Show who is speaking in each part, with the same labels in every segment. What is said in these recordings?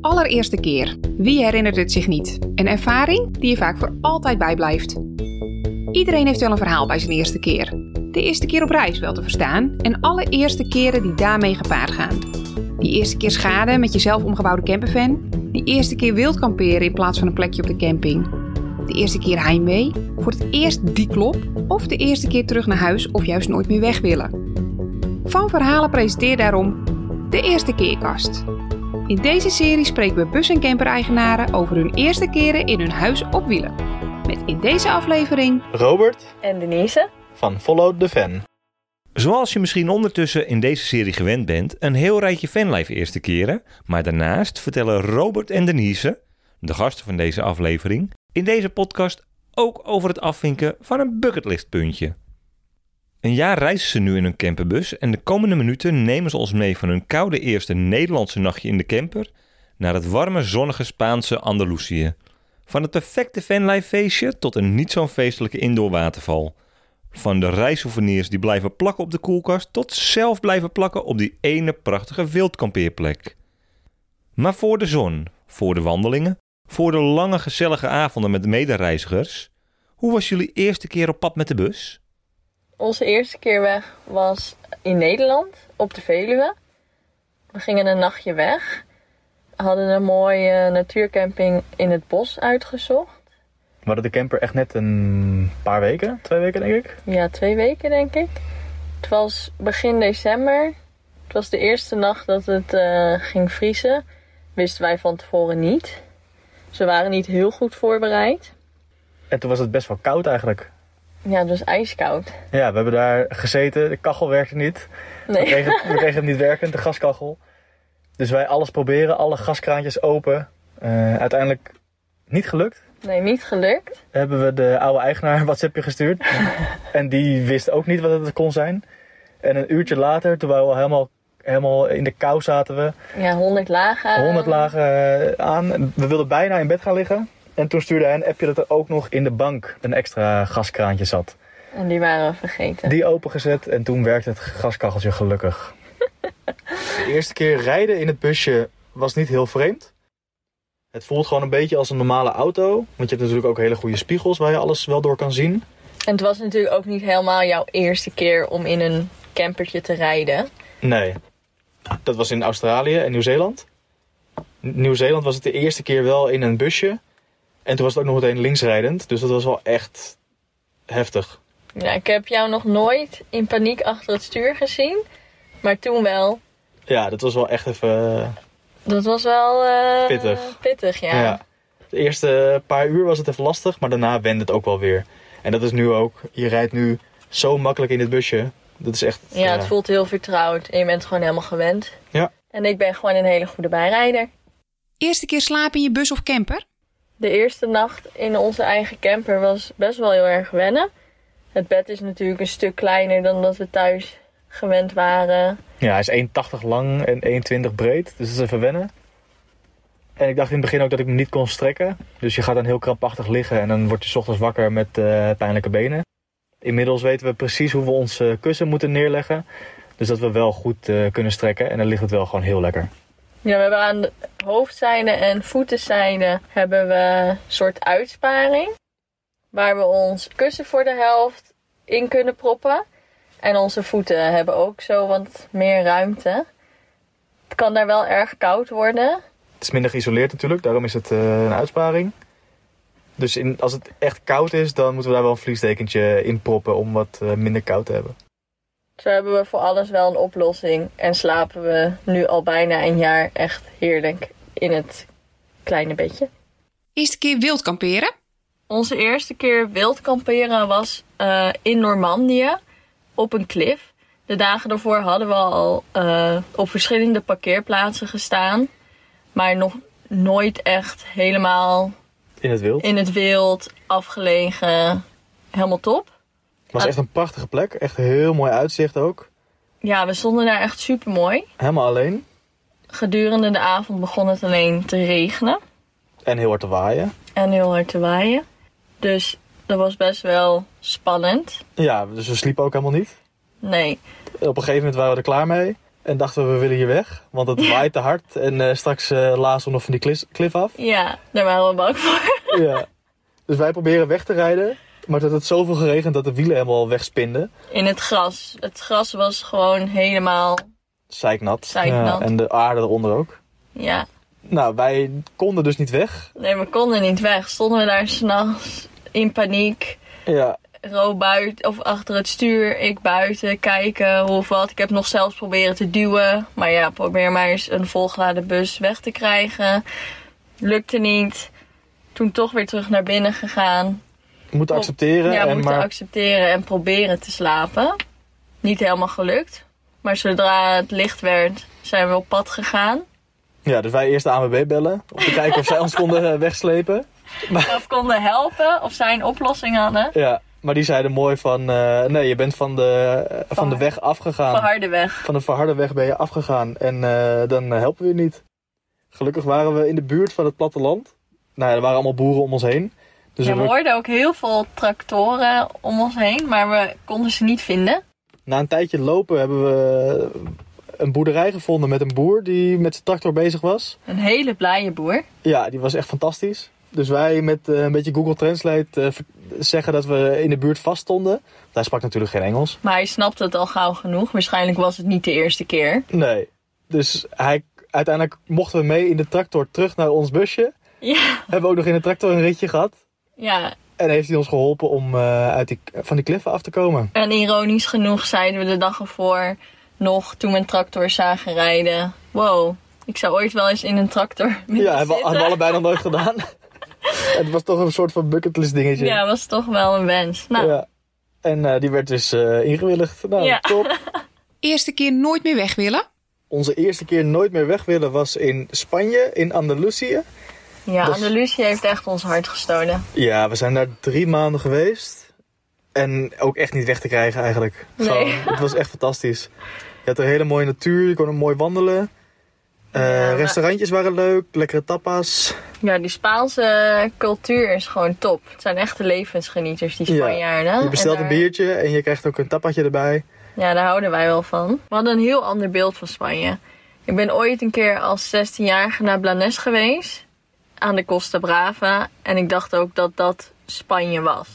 Speaker 1: allereerste keer. Wie herinnert het zich niet? Een ervaring die je vaak voor altijd bijblijft. Iedereen heeft wel een verhaal bij zijn eerste keer. De eerste keer op reis wel te verstaan en alle eerste keren die daarmee gepaard gaan. Die eerste keer schade met je zelf omgebouwde campervan. Die eerste keer wild kamperen in plaats van een plekje op de camping. De eerste keer heimwee, voor het eerst die klop of de eerste keer terug naar huis of juist nooit meer weg willen. Van Verhalen presenteert daarom de Eerste Keerkast. In deze serie spreken we bus- en camper-eigenaren over hun eerste keren in hun huis op wielen. Met in deze aflevering
Speaker 2: Robert
Speaker 3: En Denise?
Speaker 2: van Follow the Fan.
Speaker 4: Zoals je misschien ondertussen in deze serie gewend bent, een heel rijtje fanlife eerste keren. Maar daarnaast vertellen Robert en Denise, de gasten van deze aflevering, in deze podcast ook over het afvinken van een bucketlistpuntje. Een jaar reizen ze nu in hun camperbus en de komende minuten nemen ze ons mee van hun koude eerste Nederlandse nachtje in de camper naar het warme, zonnige Spaanse Andalusië. Van het perfecte fanlife feestje tot een niet zo'n feestelijke indoor waterval. Van de reissouvenirs die blijven plakken op de koelkast tot zelf blijven plakken op die ene prachtige wildkampeerplek. Maar voor de zon, voor de wandelingen, voor de lange gezellige avonden met medereizigers, hoe was jullie eerste keer op pad met de bus?
Speaker 3: Onze eerste keer weg was in Nederland, op de Veluwe. We gingen een nachtje weg. Hadden een mooie natuurcamping in het bos uitgezocht.
Speaker 2: We hadden de camper echt net een paar weken, twee weken denk ik.
Speaker 3: Ja, twee weken denk ik. Het was begin december. Het was de eerste nacht dat het eh, ging vriezen. Wisten wij van tevoren niet. Ze waren niet heel goed voorbereid.
Speaker 2: En toen was het best wel koud eigenlijk.
Speaker 3: Ja, het was ijskoud.
Speaker 2: Ja, we hebben daar gezeten, de kachel werkte niet. We
Speaker 3: Nee.
Speaker 2: kregen, het- we kregen hem niet werkend, de gaskachel. Dus wij alles proberen, alle gaskraantjes open. Eh, uiteindelijk niet gelukt.
Speaker 3: nee, niet gelukt.
Speaker 2: Hebben we de oude eigenaar een WhatsAppje gestuurd. en die wist ook niet wat het kon zijn. En een uurtje later, toen we al helemaal, helemaal in de kou zaten we,
Speaker 3: Ja, 100 lagen.
Speaker 2: 100 lagen eh, aan. We wilden bijna in bed gaan liggen. En toen stuurde hij een appje dat er ook nog in de bank een extra gaskraantje zat.
Speaker 3: En die waren we vergeten.
Speaker 2: Die opengezet en toen werkte het gaskacheltje gelukkig. De eerste keer rijden in het busje was niet heel vreemd. Het voelt gewoon een beetje als een normale auto. Want je hebt natuurlijk ook hele goede spiegels waar je alles wel door kan zien.
Speaker 3: En het was natuurlijk ook niet helemaal jouw eerste keer om in een campertje te rijden.
Speaker 2: Nee. Dat was in Australië en Nieuw-Zeeland. In Nieuw-Zeeland was het de eerste keer wel in een busje. En toen was het ook nog meteen linksrijdend. Dus dat was wel echt heftig.
Speaker 3: Ja, Nou, ik heb jou nog nooit in paniek achter het stuur gezien. Maar toen wel.
Speaker 2: Ja, dat was wel echt even...
Speaker 3: Dat was wel... eh,
Speaker 2: Pittig.
Speaker 3: Pittig, ja.
Speaker 2: ja. De eerste paar uur was het even lastig, maar daarna wende het ook wel weer. En dat is nu ook. Je rijdt nu zo makkelijk in dit busje. Dat is echt...
Speaker 3: Ja, het voelt heel vertrouwd. En je bent gewoon helemaal gewend.
Speaker 2: Ja.
Speaker 3: En ik ben gewoon een hele goede bijrijder.
Speaker 1: Eerste keer slapen in je bus of camper?
Speaker 3: De eerste nacht in onze eigen camper was best wel heel erg wennen. Het bed is natuurlijk een stuk kleiner dan dat we thuis gewend waren.
Speaker 2: Ja, hij is 1,80 lang en 1,20 breed. Dus dat is even wennen. En ik dacht in het begin ook dat ik me niet kon strekken. Dus je gaat dan heel krampachtig liggen en dan word je 's ochtends wakker met eh, pijnlijke benen. Inmiddels weten we precies hoe we ons eh, kussen moeten neerleggen. Dus dat we wel goed eh, kunnen strekken en dan ligt het wel gewoon heel lekker.
Speaker 3: Ja, we hebben aan de hoofdzijde en voetenzijde hebben we een soort uitsparing. Waar we ons kussen voor de helft in kunnen proppen. En onze voeten hebben ook zo wat meer ruimte. Het kan daar wel erg koud worden.
Speaker 2: Het is minder geïsoleerd natuurlijk, daarom is het eh, een uitsparing. Dus in, als het echt koud is, dan moeten we daar wel een vliesdekentje in proppen om wat eh, minder koud te hebben.
Speaker 3: Zo hebben we voor alles wel een oplossing. En slapen we nu al bijna een jaar echt heerlijk in het kleine bedje.
Speaker 1: Eerste keer wild kamperen?
Speaker 3: Onze eerste keer wild kamperen was eh, in Normandië op een klif. De dagen daarvoor hadden we al eh, op verschillende parkeerplaatsen gestaan. Maar nog nooit echt helemaal
Speaker 2: In het wild.
Speaker 3: in het wild, afgelegen. Helemaal top.
Speaker 2: Het was echt een prachtige plek, echt heel mooi uitzicht ook.
Speaker 3: Ja, we stonden daar echt super mooi.
Speaker 2: Helemaal alleen.
Speaker 3: Gedurende de avond begon het alleen te regenen
Speaker 2: En heel hard te waaien.
Speaker 3: en heel hard te waaien. Dus dat was best wel spannend.
Speaker 2: Ja, dus we sliepen ook helemaal niet.
Speaker 3: Nee,
Speaker 2: Op een gegeven moment waren we er klaar mee. En dachten we, we willen hier weg. Want het waait te hard. En eh, straks eh lazen we nog van die klis- klif af.
Speaker 3: Ja, daar waren we bang voor.
Speaker 2: ja. Dus wij proberen weg te rijden. Maar het had zoveel geregend dat de wielen helemaal wegspinden.
Speaker 3: In het gras. Het gras was gewoon helemaal.
Speaker 2: Zeiknat.
Speaker 3: Zeiknat.
Speaker 2: Ja, en de aarde eronder ook.
Speaker 3: Ja,
Speaker 2: Nou, wij konden dus niet weg.
Speaker 3: nee, we konden niet weg. Stonden we daar s'nachts in paniek.
Speaker 2: Ja,
Speaker 3: Ro buiten, of achter het stuur, ik buiten, kijken hoe of wat. Ik heb nog zelfs proberen te duwen. Maar ja, probeer maar eens een volgeladen bus weg te krijgen. Lukte niet. Toen toch weer terug naar binnen gegaan.
Speaker 2: moeten
Speaker 3: Klopt.
Speaker 2: accepteren.
Speaker 3: Ja,
Speaker 2: en
Speaker 3: moeten
Speaker 2: maar
Speaker 3: accepteren en proberen te slapen. Niet helemaal gelukt. Maar zodra het licht werd, zijn we op pad gegaan.
Speaker 2: Ja, dus wij eerst de ANWB bellen. Om te kijken of zij ons konden eh, wegslepen.
Speaker 3: Of konden helpen, of zij een oplossing hadden.
Speaker 2: Ja, maar die zeiden mooi van... eh, nee, je bent van de, eh, van de weg afgegaan.
Speaker 3: Van harde weg.
Speaker 2: Van de verharde weg ben je afgegaan. En eh, dan eh, helpen we je niet. Gelukkig waren we in de buurt van het platteland. Nou ja, er waren allemaal boeren om ons heen. Dus
Speaker 3: Ja,
Speaker 2: we-
Speaker 3: we hoorden ook heel veel tractoren om ons heen, maar we konden ze niet vinden.
Speaker 2: na een tijdje lopen hebben we een boerderij gevonden met een boer die met zijn tractor bezig was.
Speaker 3: Een hele blije boer.
Speaker 2: Ja, die was echt fantastisch. Dus wij met eh, een beetje Google Translate eh, ver- zeggen dat we in de buurt vaststonden. Want Hij sprak natuurlijk geen Engels.
Speaker 3: Maar hij snapte het al gauw genoeg. Waarschijnlijk was het niet de eerste keer.
Speaker 2: Nee. Dus hij, uiteindelijk mochten we mee in de tractor terug naar ons busje.
Speaker 3: Ja.
Speaker 2: Hebben we ook nog in de tractor een ritje gehad.
Speaker 3: ja.
Speaker 2: En heeft hij ons geholpen om eh, uit die, van die kliffen af te komen.
Speaker 3: En ironisch genoeg zeiden we de dag ervoor nog toen we een tractor zagen rijden. Wow, ik zou ooit wel eens in een tractor willen
Speaker 2: Ja, hebben we,
Speaker 3: zitten.
Speaker 2: hadden we allebei nog nooit gedaan. Het was toch een soort van bucketlist dingetje.
Speaker 3: Ja, was toch wel een wens. Nou,
Speaker 2: Ja. En eh, die werd dus eh, ingewilligd. Nou,
Speaker 3: Ja.
Speaker 2: top.
Speaker 1: Eerste keer nooit meer weg willen?
Speaker 2: Onze eerste keer nooit meer weg willen was in Spanje, in Andalusië.
Speaker 3: ja
Speaker 2: Dus-
Speaker 3: Andalusië heeft echt ons hart gestolen.
Speaker 2: Ja, we zijn daar drie maanden geweest. En ook echt niet weg te krijgen eigenlijk.
Speaker 3: Nee.
Speaker 2: het was echt fantastisch. Je had een hele mooie natuur, je kon er mooi wandelen. Eh,
Speaker 3: Ja, maar- Oh,
Speaker 2: Restaurantjes waren leuk, lekkere tapas.
Speaker 3: Ja, die Spaanse cultuur is gewoon top. Het zijn echte levensgenieters, die
Speaker 2: Ja.
Speaker 3: Spanjaarden.
Speaker 2: Je bestelt
Speaker 3: En
Speaker 2: een
Speaker 3: daar-
Speaker 2: biertje en je krijgt ook een tapatje erbij.
Speaker 3: Ja, daar houden wij wel van. We hadden een heel ander beeld van Spanje. Ik ben ooit een keer als 16-jarige naar Blanes geweest. Aan de Costa Brava. En ik dacht ook dat dat Spanje was.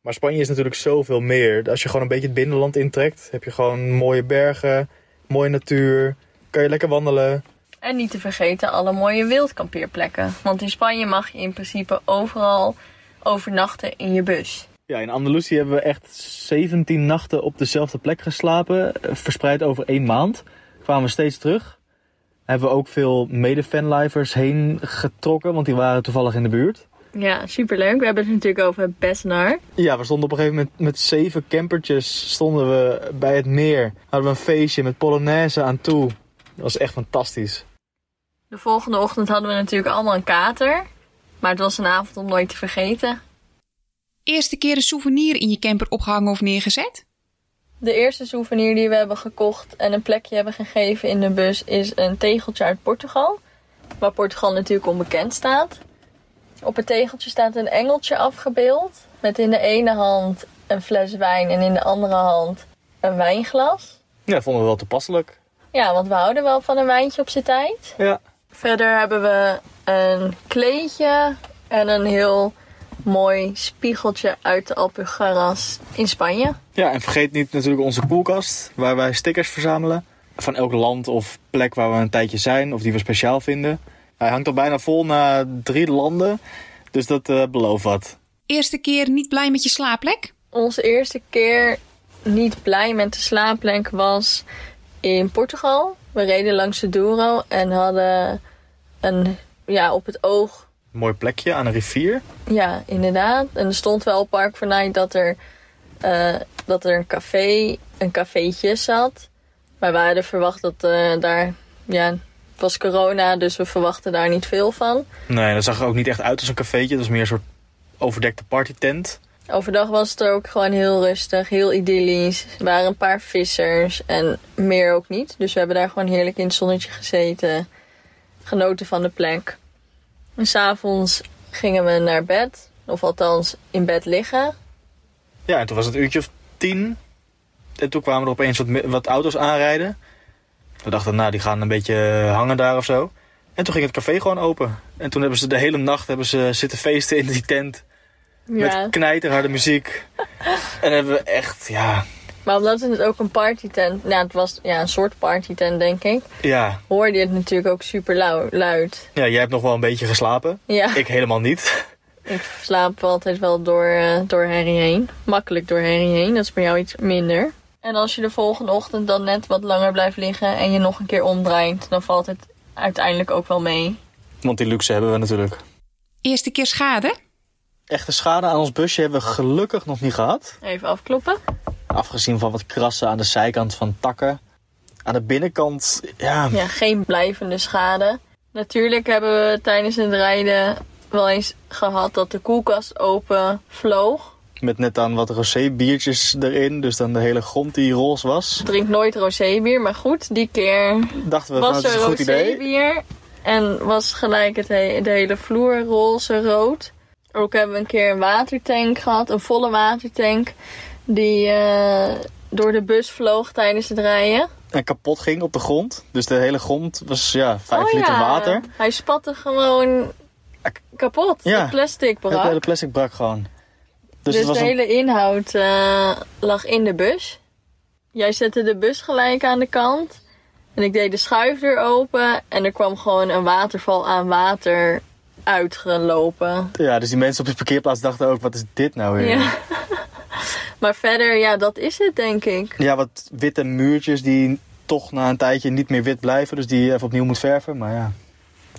Speaker 2: Maar Spanje is natuurlijk zoveel meer. Als je gewoon een beetje het binnenland intrekt, heb je gewoon mooie bergen, mooie natuur. Kan je lekker wandelen.
Speaker 3: En niet te vergeten alle mooie wildkampeerplekken. Want in Spanje mag je in principe overal overnachten in je bus.
Speaker 2: Ja, in Andalusië hebben we echt 17 nachten op dezelfde plek geslapen, eh, verspreid over één maand. Kwamen we steeds terug. Hebben we ook veel mede-fanlifers heen getrokken, want die waren toevallig in de buurt.
Speaker 3: Ja, superleuk. We hebben het natuurlijk over Besnar.
Speaker 2: Ja, we stonden op een gegeven moment met zeven campertjes stonden we bij het meer. Hadden we een feestje met Polonaise aan toe. Dat was echt fantastisch.
Speaker 3: De volgende ochtend hadden we natuurlijk allemaal een kater. Maar het was een avond om nooit te vergeten.
Speaker 1: Eerste keer een souvenir in je camper opgehangen of neergezet?
Speaker 3: De eerste souvenir die we hebben gekocht en een plekje hebben gegeven in de bus is een tegeltje uit Portugal. Waar Portugal natuurlijk onbekend staat. Op het tegeltje staat een engeltje afgebeeld. Met in de ene hand een fles wijn en in de andere hand een wijnglas.
Speaker 2: Ja, vonden we wel toepasselijk.
Speaker 3: Ja, want we houden wel van een wijntje op zijn tijd.
Speaker 2: Ja.
Speaker 3: Verder hebben we een kleedje en een heel mooi spiegeltje uit de Alpujarras in Spanje.
Speaker 2: Ja, en vergeet niet natuurlijk onze koelkast, waar wij stickers verzamelen. Van elk land of plek waar we een tijdje zijn, of die we speciaal vinden. Hij hangt al bijna vol na drie landen, dus dat eh belooft wat.
Speaker 1: Eerste keer niet blij met je slaapplek?
Speaker 3: Onze eerste keer niet blij met de slaapplek was in Portugal. We reden langs de Douro en hadden een, ja, op het oog,
Speaker 2: Mooi plekje aan een rivier.
Speaker 3: ja, inderdaad. En er stond wel op Park van Night dat er, eh, dat er een café, een cafeetje zat. Maar we hadden verwacht dat eh, daar, ja, het was corona, dus we verwachten daar niet veel van.
Speaker 2: Nee, dat zag er ook niet echt uit als een cafeetje. Dat was meer een soort overdekte partytent.
Speaker 3: Overdag was het er ook gewoon heel rustig, heel idyllisch. Er waren een paar vissers en meer ook niet. Dus we hebben daar gewoon heerlijk in het zonnetje gezeten. Genoten van de plek. En s'avonds gingen we naar bed. Of althans, in bed liggen.
Speaker 2: Ja, en toen was het een uurtje of tien. En toen kwamen er opeens wat, me- wat auto's aanrijden. We dachten, nou, die gaan een beetje hangen daar of zo. En toen ging het café gewoon open. En toen hebben ze de hele nacht hebben ze zitten feesten in die tent.
Speaker 3: Ja.
Speaker 2: Met knijterharde muziek. en hebben we echt, ja,
Speaker 3: Maar omdat het ook een partytent... Nou, het was ja, een soort partytent, denk ik.
Speaker 2: ja.
Speaker 3: Hoorde je het natuurlijk ook super lau- luid.
Speaker 2: Ja, jij hebt nog wel een beetje geslapen.
Speaker 3: Ja, ik,
Speaker 2: Ik helemaal niet.
Speaker 3: slaap altijd wel door, eh, door herrie heen. Makkelijk door herrie heen. Dat is bij jou iets minder. En als je de volgende ochtend dan net wat langer blijft liggen... en je nog een keer omdraait... dan valt het uiteindelijk ook wel mee.
Speaker 2: Want die luxe hebben we natuurlijk.
Speaker 1: Eerste keer schade?
Speaker 2: Echte schade aan ons busje hebben we gelukkig nog niet gehad.
Speaker 3: Even afkloppen.
Speaker 2: Afgezien van wat krassen aan de zijkant van takken. Aan de binnenkant, ja,
Speaker 3: Ja, geen blijvende schade. Natuurlijk hebben we tijdens het rijden wel eens gehad dat de koelkast open vloog.
Speaker 2: met net aan wat rosé biertjes erin. Dus dan de hele grond die roze was.
Speaker 3: Ik drink nooit rosébier, maar goed, die keer
Speaker 2: Dachten we, van, nou,
Speaker 3: was
Speaker 2: het is
Speaker 3: er
Speaker 2: een goed idee.
Speaker 3: rosébier. En was gelijk het he- de hele vloer roze rood. Ook hebben we een keer een watertank gehad, een volle watertank. Die eh, door de bus vloog tijdens het rijden.
Speaker 2: en kapot ging op de grond. Dus de hele grond was ja, 5
Speaker 3: Oh
Speaker 2: liter
Speaker 3: ja,
Speaker 2: water.
Speaker 3: Hij spatte gewoon
Speaker 2: Ak-
Speaker 3: kapot.
Speaker 2: Ja.
Speaker 3: Het plastic
Speaker 2: Het
Speaker 3: brak.
Speaker 2: hele plastic brak gewoon.
Speaker 3: Dus,
Speaker 2: Dus, het was
Speaker 3: de
Speaker 2: een,
Speaker 3: hele inhoud eh, lag in de bus. Jij zette de bus gelijk aan de kant. En ik deed de schuifdeur open. En er kwam gewoon een waterval aan water uitgelopen.
Speaker 2: ja, dus die mensen op de parkeerplaats dachten ook, wat is dit nou weer? Ja,
Speaker 3: Ja. maar verder, ja, dat is het denk ik.
Speaker 2: wat witte muurtjes die toch na een tijdje niet meer wit blijven. Dus die je even opnieuw moet verven. Maar ja,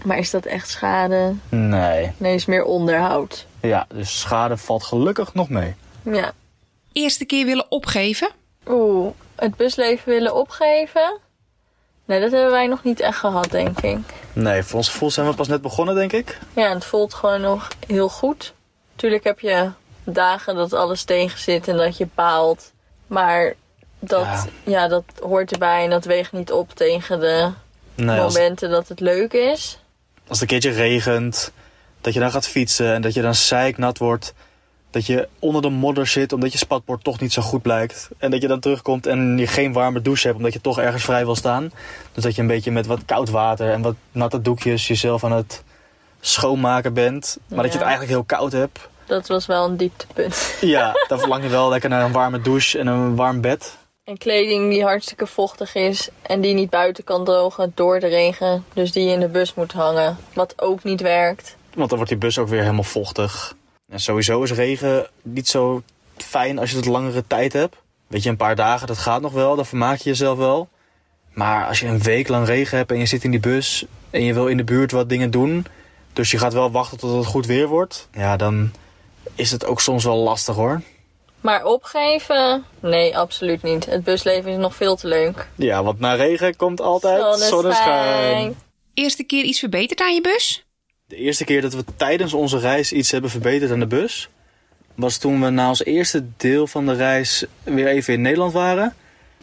Speaker 3: Maar is dat echt schade?
Speaker 2: nee.
Speaker 3: Nee, is meer onderhoud.
Speaker 2: Ja, dus schade valt gelukkig nog mee.
Speaker 3: Ja.
Speaker 1: Eerste keer willen opgeven?
Speaker 3: Oeh, het busleven willen opgeven? Nee, dat hebben wij nog niet echt gehad, denk ik.
Speaker 2: Nee, voor ons gevoel zijn we pas net begonnen, denk ik.
Speaker 3: Ja, het voelt gewoon nog heel goed. Tuurlijk heb je dagen dat alles tegen zit en dat je baalt. Maar dat,
Speaker 2: Ja.
Speaker 3: ja. dat hoort erbij en dat weegt niet op tegen de
Speaker 2: Nee, als,
Speaker 3: momenten dat het leuk is.
Speaker 2: als het een keertje regent, dat je dan gaat fietsen en dat je dan zeiknat wordt. Dat je onder de modder zit omdat je spatbord toch niet zo goed blijkt. En dat je dan terugkomt en je geen warme douche hebt omdat je toch ergens vrij wil staan. Dus dat je een beetje met wat koud water en wat natte doekjes jezelf aan het schoonmaken bent. Maar dat je het
Speaker 3: Ja.
Speaker 2: eigenlijk heel koud hebt.
Speaker 3: Dat was wel een dieptepunt.
Speaker 2: Ja, dan verlang je wel lekker naar een warme douche en een warm bed.
Speaker 3: En kleding die hartstikke vochtig is en die niet buiten kan drogen door de regen. Dus die je in de bus moet hangen. Wat ook niet werkt.
Speaker 2: Want dan wordt die bus ook weer helemaal vochtig. En sowieso is regen niet zo fijn als je het langere tijd hebt. Weet je, een paar dagen, dat gaat nog wel, dan vermaak je jezelf wel. Maar als je een week lang regen hebt en je zit in die bus en je wil in de buurt wat dingen doen, dus je gaat wel wachten tot het goed weer wordt, ja, dan is het ook soms wel lastig hoor.
Speaker 3: Maar opgeven? Nee, absoluut niet. Het busleven is nog veel te leuk.
Speaker 2: Ja, want na regen komt altijd zonneschijn.
Speaker 1: Eerste keer iets verbeterd aan je bus?
Speaker 2: De eerste keer dat we tijdens onze reis iets hebben verbeterd aan de bus, was toen we na ons eerste deel van de reis weer even in Nederland waren.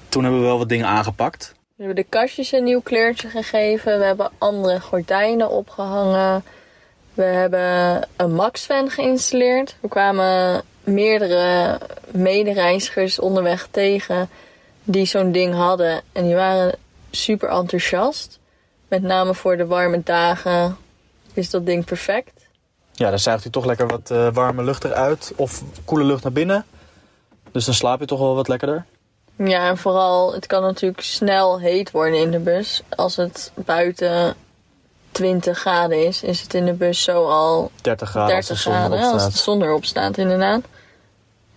Speaker 2: Toen hebben we wel wat dingen aangepakt.
Speaker 3: We hebben de kastjes een nieuw kleurtje gegeven. We hebben andere gordijnen opgehangen. We hebben een Maxfan geïnstalleerd. We kwamen meerdere medereizigers onderweg tegen die zo'n ding hadden. En die waren super enthousiast. Met name voor de warme dagen is dat ding perfect.
Speaker 2: Ja, dan zuigt u toch lekker wat eh, warme lucht eruit of koele lucht naar binnen. Dus dan slaap je toch wel wat lekkerder.
Speaker 3: Ja, en vooral, het kan natuurlijk snel heet worden in de bus. Als het buiten 20 graden is, is het in de bus zo al
Speaker 2: 30 graden als de
Speaker 3: 30
Speaker 2: zon
Speaker 3: graden
Speaker 2: erop
Speaker 3: als
Speaker 2: staat.
Speaker 3: de zon erop staat, inderdaad.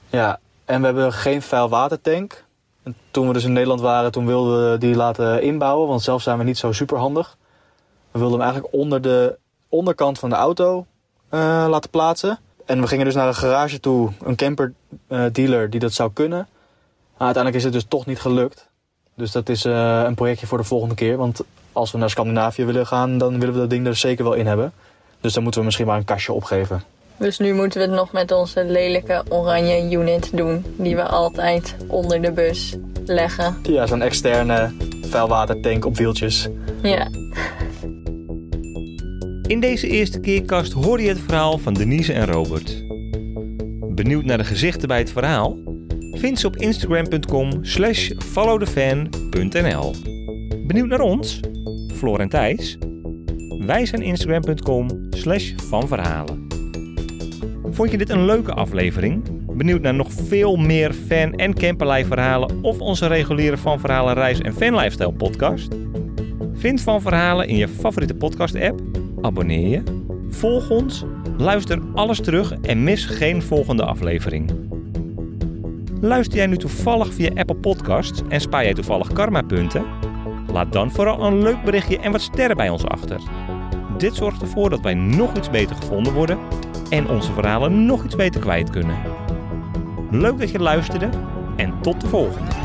Speaker 2: Ja, en we hebben geen vuil watertank. En toen we dus in Nederland waren, toen wilden we die laten inbouwen, want zelf zijn we niet zo superhandig. We wilden hem eigenlijk onder de onderkant van de auto eh, laten plaatsen. En we gingen dus naar een garage toe, een camper eh, dealer die dat zou kunnen. Maar uiteindelijk is het dus toch niet gelukt. Dus dat is eh, een projectje voor de volgende keer. Want als we naar Scandinavië willen gaan, dan willen we dat ding er zeker wel in hebben. Dus dan moeten we misschien maar een kastje opgeven.
Speaker 3: Dus nu moeten we het nog met onze lelijke oranje unit doen. Die we altijd onder de bus leggen.
Speaker 2: Ja, zo'n externe vuilwatertank op wieltjes.
Speaker 3: Ja,
Speaker 4: In deze eerste keerkast hoor je het verhaal van Denise en Robert. Benieuwd naar de gezichten bij het verhaal? Vind ze op instagram.com slash followthefan.nl Benieuwd naar ons? Floor en Thijs? Wij zijn instagram.com slash vanverhalen. Vond je dit een leuke aflevering? Benieuwd naar nog veel meer fan- en camperlijfverhalen of onze reguliere Van Verhalen reis- en fanlifestyle podcast? Vind Van Verhalen in je favoriete podcast-app, abonneer je, volg ons, luister alles terug en mis geen volgende aflevering. Luister jij nu toevallig via Apple Podcasts en spaar jij toevallig karmapunten? Laat dan vooral een leuk berichtje en wat sterren bij ons achter. Dit zorgt ervoor dat wij nog iets beter gevonden worden en onze verhalen nog iets beter kwijt kunnen. Leuk dat je luisterde en tot de volgende.